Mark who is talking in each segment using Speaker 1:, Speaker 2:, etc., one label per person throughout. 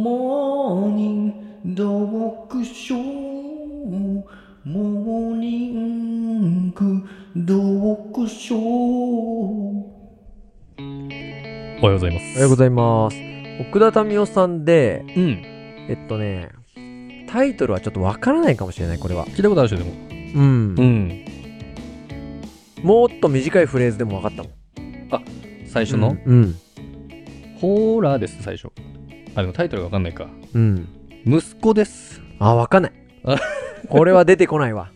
Speaker 1: モーニング読書モーニング読書
Speaker 2: おはようございます。
Speaker 3: おはようございます。奥田民生さんで、
Speaker 2: うん。
Speaker 3: えっとね、タイトルはちょっとわからないかもしれない、これは。
Speaker 2: 聞いたことあるでしょ、でも。
Speaker 3: うん。
Speaker 2: ん。
Speaker 3: もっと短いフレーズでもわかったもん。
Speaker 2: 最初の、
Speaker 3: うん。
Speaker 2: ホーラーです、最初。あ、でもタイトルがわかんないか。
Speaker 3: うん。
Speaker 2: 息子です。
Speaker 3: あ、わかんない
Speaker 2: あ。
Speaker 3: これは出てこないわ。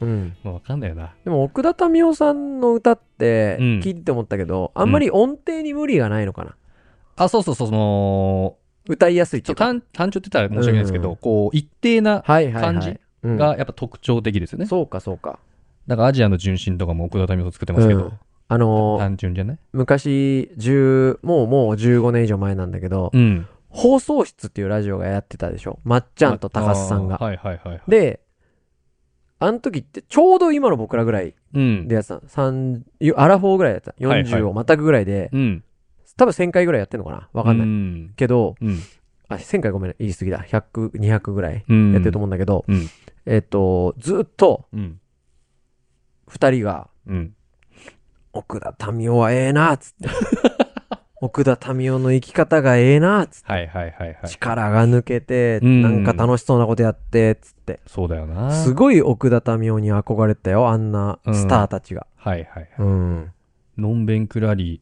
Speaker 3: うん。
Speaker 2: まあ、わかんないよな。
Speaker 3: でも奥田民生さんの歌って
Speaker 2: うん
Speaker 3: 聞いてて思ったけど、あんまり音程に無理がないのかな。
Speaker 2: あ、そうそうそう、その、
Speaker 3: 歌いやすいっ
Speaker 2: ちょ
Speaker 3: てい
Speaker 2: っと
Speaker 3: うか。
Speaker 2: 単単調って言ったら申し訳ないですけど、
Speaker 3: うん
Speaker 2: こう、一定な
Speaker 3: はいはいはい。
Speaker 2: 感じ
Speaker 3: うん
Speaker 2: がやっぱ特徴的ですよね。
Speaker 3: そうかそうか。
Speaker 2: なんかアジアの純真とかも奥田民生作ってますけど、
Speaker 3: うんあのー
Speaker 2: 単純じゃない
Speaker 3: 昔、10、もうもう15年以上前なんだけど、
Speaker 2: うん。
Speaker 3: 放送室っていうラジオがやってたでしょまっちゃんと高須さん
Speaker 2: あ
Speaker 3: が。
Speaker 2: はいはいはいはい。
Speaker 3: で、あの時ってちょうど今の僕らぐらい
Speaker 2: うん
Speaker 3: で。やってたの。三、よアラフォーぐらいだった。
Speaker 2: はいはい
Speaker 3: 40をまたぐぐらいで、
Speaker 2: うん。
Speaker 3: 多分1000回ぐらいやってんのかなわかんない。
Speaker 2: うん。
Speaker 3: けど、
Speaker 2: うん。
Speaker 3: あ、1000回ごめん、言い過ぎだ。100、200ぐらい
Speaker 2: うん。
Speaker 3: やってると思うんだけど、
Speaker 2: うん
Speaker 3: えっと、ずっと
Speaker 2: うん。
Speaker 3: 2人が、
Speaker 2: うん。
Speaker 3: 奥田民生はええな っつって。奥田民生の生き方がええなっつって。
Speaker 2: はいはいはいはい。
Speaker 3: 力が抜けて、
Speaker 2: うん
Speaker 3: なんか楽しそうなことやって、つって。
Speaker 2: そうだよな。
Speaker 3: すごい奥田民生に憧れてたよ、あんなスターたちが。
Speaker 2: はいはいはい。
Speaker 3: うん。
Speaker 2: のんべんくらり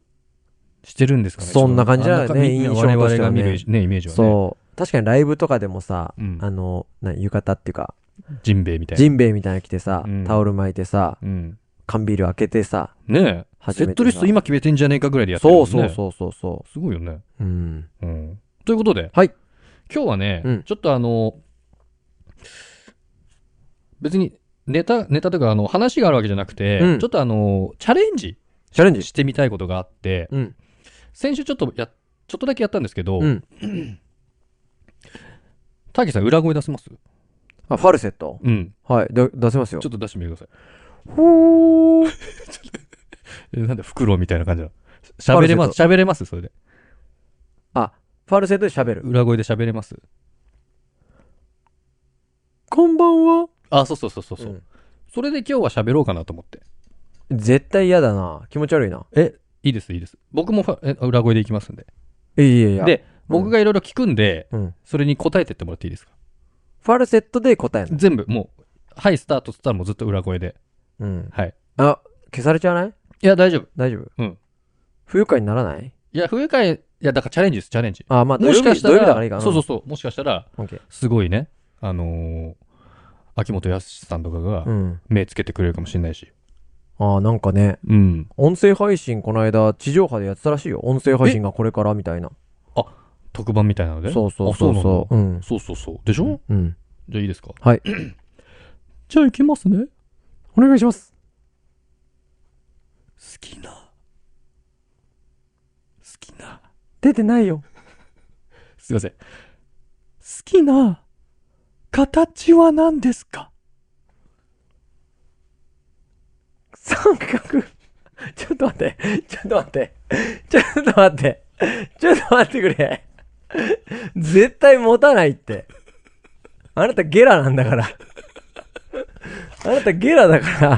Speaker 2: してるんですかね
Speaker 3: そんな感じだよね
Speaker 2: ちょっとあんな
Speaker 3: 印象としてはね
Speaker 2: 我々が見るね、イメージはね。
Speaker 3: そう。確かにライブとかでもさ、
Speaker 2: うん
Speaker 3: あの、な浴衣っていうか、
Speaker 2: ジンベエみたいな。
Speaker 3: ジンベエみたいなの着てさ、
Speaker 2: うん
Speaker 3: タオル巻いてさ、
Speaker 2: うん。
Speaker 3: 缶ビール開けてさ、
Speaker 2: ねえ。
Speaker 3: 初
Speaker 2: セ
Speaker 3: めて
Speaker 2: ットリスト今決めてんじゃねえかぐらいでやってる
Speaker 3: そ
Speaker 2: もん
Speaker 3: う
Speaker 2: ね。。
Speaker 3: そうそうそうそう
Speaker 2: すごいよね。
Speaker 3: う。うん。
Speaker 2: うん。ということで、
Speaker 3: はい。
Speaker 2: 今日はね、
Speaker 3: うん
Speaker 2: ちょっとあの、別にネタ、ネタというか、あの、話があるわけじゃなくて、
Speaker 3: うん
Speaker 2: ちょっとあの、チャレンジ
Speaker 3: チャレンジ
Speaker 2: してみたいことがあって、
Speaker 3: うん。
Speaker 2: 先週ちょっとや、ちょっとだけやったんですけど、
Speaker 3: うん。
Speaker 2: ターキーさん裏声出せます
Speaker 3: あ、ファルセット
Speaker 2: うん。
Speaker 3: はい、で出せますよ
Speaker 2: ちょ。っと出してみてください。
Speaker 3: ほー。
Speaker 2: えなんでフクロウみたいな感じなのし喋れます喋れますそれで。
Speaker 3: あ、ファルセットで喋る。
Speaker 2: 裏声で喋れます
Speaker 3: こんばんは。
Speaker 2: あ、そうそうそうそう。う
Speaker 3: うん
Speaker 2: それで今日は喋ろうかなと思って。
Speaker 3: 絶対嫌だな。気持ち悪いな。
Speaker 2: えいいです、いいです。僕もファえ裏声でいきますんで。
Speaker 3: いやいやいや。
Speaker 2: で、僕がいろいろ聞くんで、
Speaker 3: うん。
Speaker 2: それに答えてってもらっていいですか
Speaker 3: ファルセットで答えるの。
Speaker 2: 全部、もう、はい、スタートっつったらもうずっと裏声で。
Speaker 3: うん。
Speaker 2: はい。
Speaker 3: あ、消されちゃわな
Speaker 2: い
Speaker 3: い
Speaker 2: や、大丈夫。
Speaker 3: 大丈夫
Speaker 2: うん。
Speaker 3: 不愉快にならない
Speaker 2: いや、不愉快、いや、だからチャレンジです、チャレンジ。
Speaker 3: あ、まあ、
Speaker 2: もしかした
Speaker 3: 土
Speaker 2: ら、
Speaker 3: 曜日だからいいかな。
Speaker 2: そうそうそう、もしかしたら、
Speaker 3: うん。オッケー
Speaker 2: すごいね、あのー秋元康さんとかが
Speaker 3: うん。
Speaker 2: 目つけてくれるかもしれないし。
Speaker 3: ああ、なんかね、
Speaker 2: うん。
Speaker 3: 音声配信この間、地上波でやってたらしいよ。音声配信がこれからみたいな。
Speaker 2: 特番みたいなので。
Speaker 3: そうそうそう
Speaker 2: あそう
Speaker 3: そう。うん。
Speaker 2: そうそうそう。でしょ、
Speaker 3: うん。
Speaker 2: じゃあいいですか
Speaker 3: はい。
Speaker 2: じゃあ行きますね。好
Speaker 3: お願いします。
Speaker 2: きな。好きな。
Speaker 3: 出てないよ。
Speaker 2: すいません。好きな形は何ですか
Speaker 3: 三角。ちょっと待って。ちょっと待って。ちょっと待って。ちょっと待ってくれ。絶対持たないって。あなたゲラなんだから。あなたゲラだから。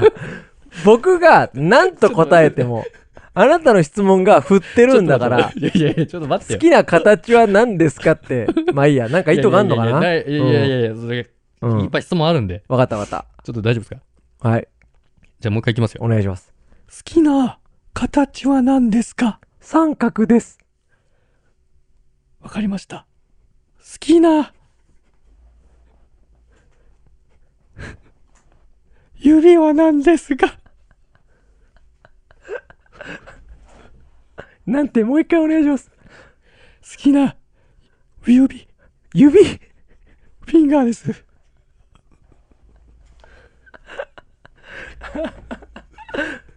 Speaker 3: 僕が何と答えても、あなたの質問が振ってるんだから、。
Speaker 2: いやいやいや、ちょっと待って
Speaker 3: 好
Speaker 2: よ。
Speaker 3: きな形は何ですかって。まあいいや。なんか意図があんのかない
Speaker 2: やいやいやいやいやいやいやいや、それ
Speaker 3: うん
Speaker 2: いっぱい質問あるんで。
Speaker 3: わかったわかっ
Speaker 2: ちょっと大丈夫ですか
Speaker 3: た。はい。
Speaker 2: じゃあもう一回行きますよ。
Speaker 3: お願いします。
Speaker 2: 好きな形は何ですか
Speaker 3: 三角です。
Speaker 2: わかりました。好きな、 指は何ですが
Speaker 3: なんて、もう一回お願いします。
Speaker 2: 好きな指、
Speaker 3: 指
Speaker 2: フィンガー です。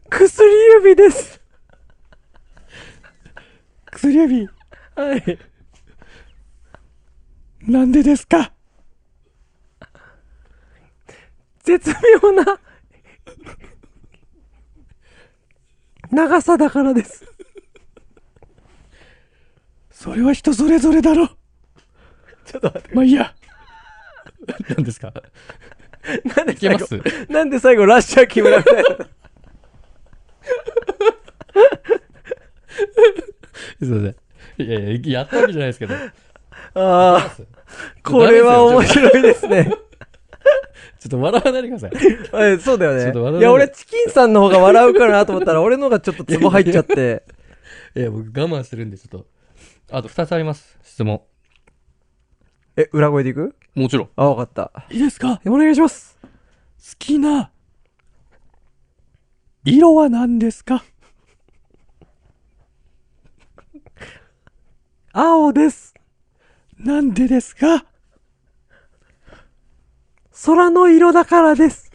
Speaker 3: 薬指です。
Speaker 2: 薬指、
Speaker 3: はい。
Speaker 2: なんでですか
Speaker 3: 絶妙な長さ だからです。
Speaker 2: それは人それぞれだろ。
Speaker 3: ちょっと待って。
Speaker 2: まあいいや。何ですか
Speaker 3: なんで
Speaker 2: いけ
Speaker 3: 最
Speaker 2: ま
Speaker 3: 後
Speaker 2: す
Speaker 3: なんで最後ラッシャー木村みたいな。
Speaker 2: すいません。いやいや、やったわけじゃないですけど。
Speaker 3: ああ、これは面白いです ね。
Speaker 2: ちょっと笑わないでください。
Speaker 3: えそうだ
Speaker 2: ちょっと
Speaker 3: よ
Speaker 2: 笑
Speaker 3: ね。
Speaker 2: う
Speaker 3: いや、俺、チキンさんの方が笑うかなと思ったら、俺の方がちょっとツボ入っちゃって。
Speaker 2: いや、僕我慢してるんで、ちょっと。あと2つあります。質問。
Speaker 3: え、裏声でいく
Speaker 2: もちろん。
Speaker 3: あ、わかった。
Speaker 2: いいですか
Speaker 3: えお願いします。
Speaker 2: 好きな色は何ですか
Speaker 3: 青です。
Speaker 2: なんでですか
Speaker 3: 空の色だからです。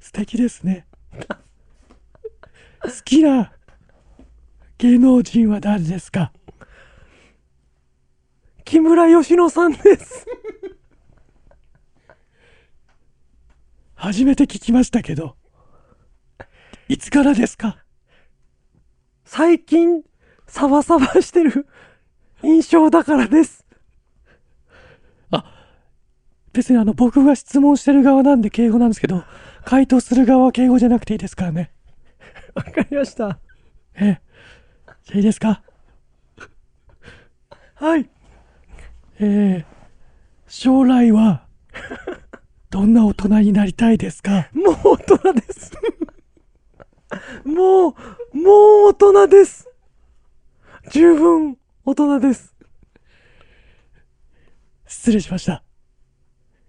Speaker 2: 素敵ですね。好きな芸能人は誰ですか
Speaker 3: 木村佳乃さんです。
Speaker 2: 初めて聞きましたけど。いつからですか
Speaker 3: 最近、サバサバしてる印象だからです。
Speaker 2: 別にあの僕が質問してる側なんで敬語なんですけど、回答する側は敬語じゃなくていいですからね。
Speaker 3: わかりました。
Speaker 2: ええ。じゃあいいですか
Speaker 3: はい。
Speaker 2: ええ。将来は、どんな大人になりたいですか
Speaker 3: もう大人です。もう、もう大人です。十分大人です。
Speaker 2: 失礼しました。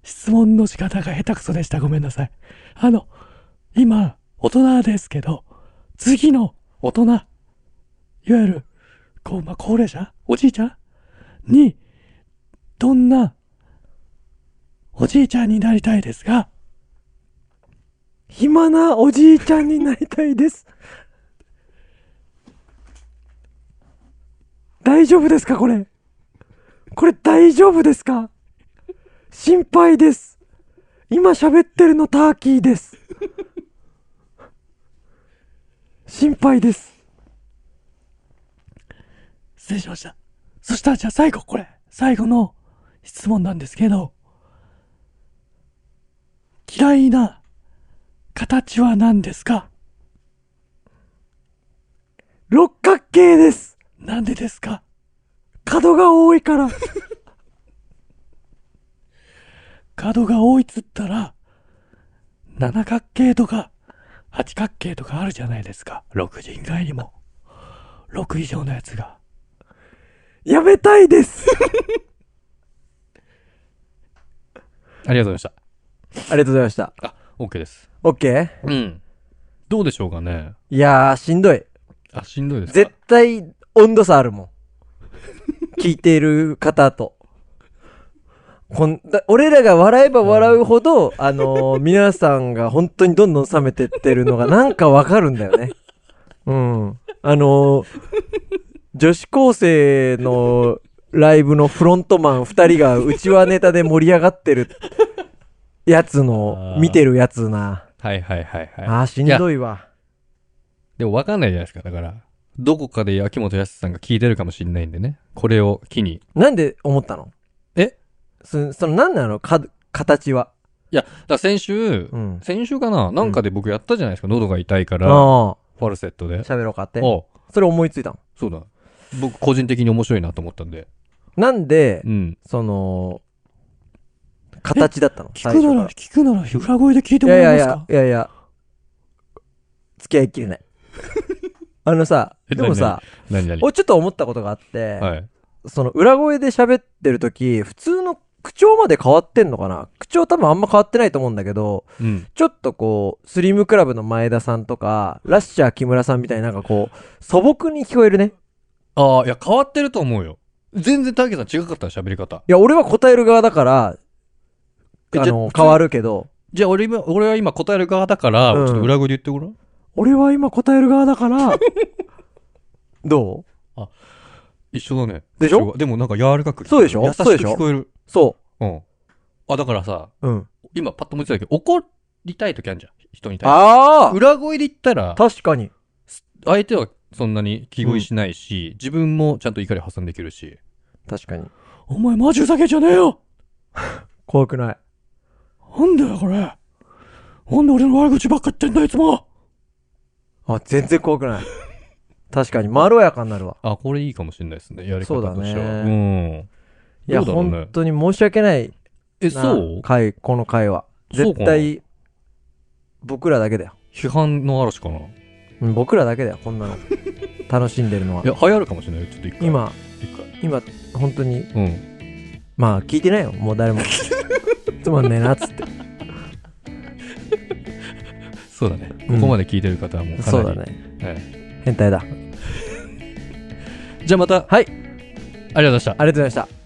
Speaker 2: 質問の仕方が下手くそでした。ごめんなさい。あの、今、大人ですけど、次の大人、いわゆる、こう、まあ、高齢者おじいちゃんに、どんな、おじいちゃんになりたいですが、
Speaker 3: 暇なおじいちゃんになりたいです。大丈夫ですかこれ。これ大丈夫ですか心配です。今喋ってるのターキーです。心配です。
Speaker 2: 失礼しました。そしたらじゃあ最後、これ、最後の質問なんですけど、嫌いな形は何ですか
Speaker 3: 六角形です。
Speaker 2: なんでですか
Speaker 3: 角が多いから。
Speaker 2: 角が多いっつったら、七角形とか、八角形とかあるじゃないですか。六人外にも。六以上のやつが。
Speaker 3: やめたいです。
Speaker 2: ありがとうございまし
Speaker 3: ありがとうございました。
Speaker 2: た。あ、OK です。
Speaker 3: オッケー
Speaker 2: うん。どうでしょうかね。
Speaker 3: いやー、しんどい。
Speaker 2: あ、しんどいで
Speaker 3: 絶対温度差あるもん。聞いている方と。こんだ俺らが笑えば笑うほど、あのー皆さんが本当にどんどん冷めてってるのがなんかわかるんだよね。うん。あのー女子高生のライブのフロントマン2人がうちわネタで盛り上がってるやつの、見てるやつな。
Speaker 2: はいはいはいはい。
Speaker 3: ああ、しん
Speaker 2: いや。
Speaker 3: どいわ。
Speaker 2: でもわかんないじゃないですか。だから、どこかで秋元康さんが聞いてるかもしんないんでね。これを機に。
Speaker 3: なんで思ったの
Speaker 2: え
Speaker 3: そその、なんなのか、形は。
Speaker 2: いや、だから先週、
Speaker 3: うん。
Speaker 2: 先週かななんかで僕やったじゃないですか。喉が痛いか
Speaker 3: あ
Speaker 2: ら、フ
Speaker 3: あ。
Speaker 2: ァルセットで。
Speaker 3: 喋ろうかって。
Speaker 2: あ
Speaker 3: それ思いついたの。
Speaker 2: そうだ。僕個人的に面白いなと思ったんで。
Speaker 3: なんで、
Speaker 2: うん。
Speaker 3: その、形だったの
Speaker 2: 聞くなら、
Speaker 3: 最初
Speaker 2: 聞くなら、裏声で聞いて
Speaker 3: か
Speaker 2: も
Speaker 3: らい
Speaker 2: ら
Speaker 3: や
Speaker 2: え
Speaker 3: い
Speaker 2: ます
Speaker 3: や
Speaker 2: か
Speaker 3: いやいやいや、付き合いき れない。あのさ、
Speaker 2: え
Speaker 3: でもさ、
Speaker 2: 何々
Speaker 3: おちょっと思ったことがあって、
Speaker 2: はい。
Speaker 3: その裏声で喋ってる時普通の口調まで変わってんのかな口調多分あんま変わってないと思うんだけど、
Speaker 2: うん。
Speaker 3: ちょっとこう、スリムクラブの前田さんとか、ラッシャー木村さんみたいになんかこう、素朴に聞こえるね。
Speaker 2: ああ、いや、変わってると思うよ。全然大輝さん違かったよ喋り方。
Speaker 3: いや、俺は答える側だから、あ
Speaker 2: えじゃ
Speaker 3: の、変わるけど、
Speaker 2: じゃあ俺今、俺は今答える側だから、
Speaker 3: うん
Speaker 2: ちょっと裏声で言ってごらん。
Speaker 3: 俺は今答える側だから、 どう
Speaker 2: 一緒だね。
Speaker 3: でしょ
Speaker 2: 一緒だでもなんか柔らかく聞こえる
Speaker 3: そうでしょ
Speaker 2: 優しく
Speaker 3: そうでしょ
Speaker 2: 聞こえる。
Speaker 3: そ
Speaker 2: うん。あ、だからさ、
Speaker 3: う。うん。
Speaker 2: 今パッと思いついたけど、怒りたい時あるじゃん。人に対して。
Speaker 3: あ
Speaker 2: 裏声で言ったら
Speaker 3: あ、確かに。
Speaker 2: 相手はそんなに気負いしないし、自分もちゃんと怒り挟んできるし。
Speaker 3: 確かに。
Speaker 4: お前マジふざけんじゃねえよ
Speaker 3: 怖くない。
Speaker 4: なんだよこれなんで俺の悪口ばっか言ってんだいつも
Speaker 3: あ、全然怖くない。確かに、まろやかになるわ。
Speaker 2: あ、これいいかもしれないですね。やり
Speaker 3: そう
Speaker 2: 方
Speaker 3: だね
Speaker 2: としては。うん。
Speaker 3: いや、
Speaker 2: どうだろうね
Speaker 3: 本当に申し訳ない
Speaker 2: え、
Speaker 3: な
Speaker 2: そう
Speaker 3: 回、この回は。
Speaker 2: そうか
Speaker 3: 絶
Speaker 2: な
Speaker 3: 対、僕らだけだよ。
Speaker 2: 批判の嵐かな。い
Speaker 3: うん僕らだけだよ、こんなの。楽しんでるのは。
Speaker 2: や、流行るかもしれないよ。ちょっと一回。。
Speaker 3: 今、
Speaker 2: 一回。
Speaker 3: 今、本当に、
Speaker 2: うん。
Speaker 3: まあ、聞いてないよ、もう誰も。つまんねえな、っつって。
Speaker 2: そうだね。
Speaker 3: うん
Speaker 2: ここまで聞いてる方はもうかなり。
Speaker 3: そうだね。
Speaker 2: はい。
Speaker 3: 変態だ。
Speaker 2: じゃあまた。
Speaker 3: は
Speaker 2: ありが
Speaker 3: い
Speaker 2: とうございました。
Speaker 3: ありがとうございました。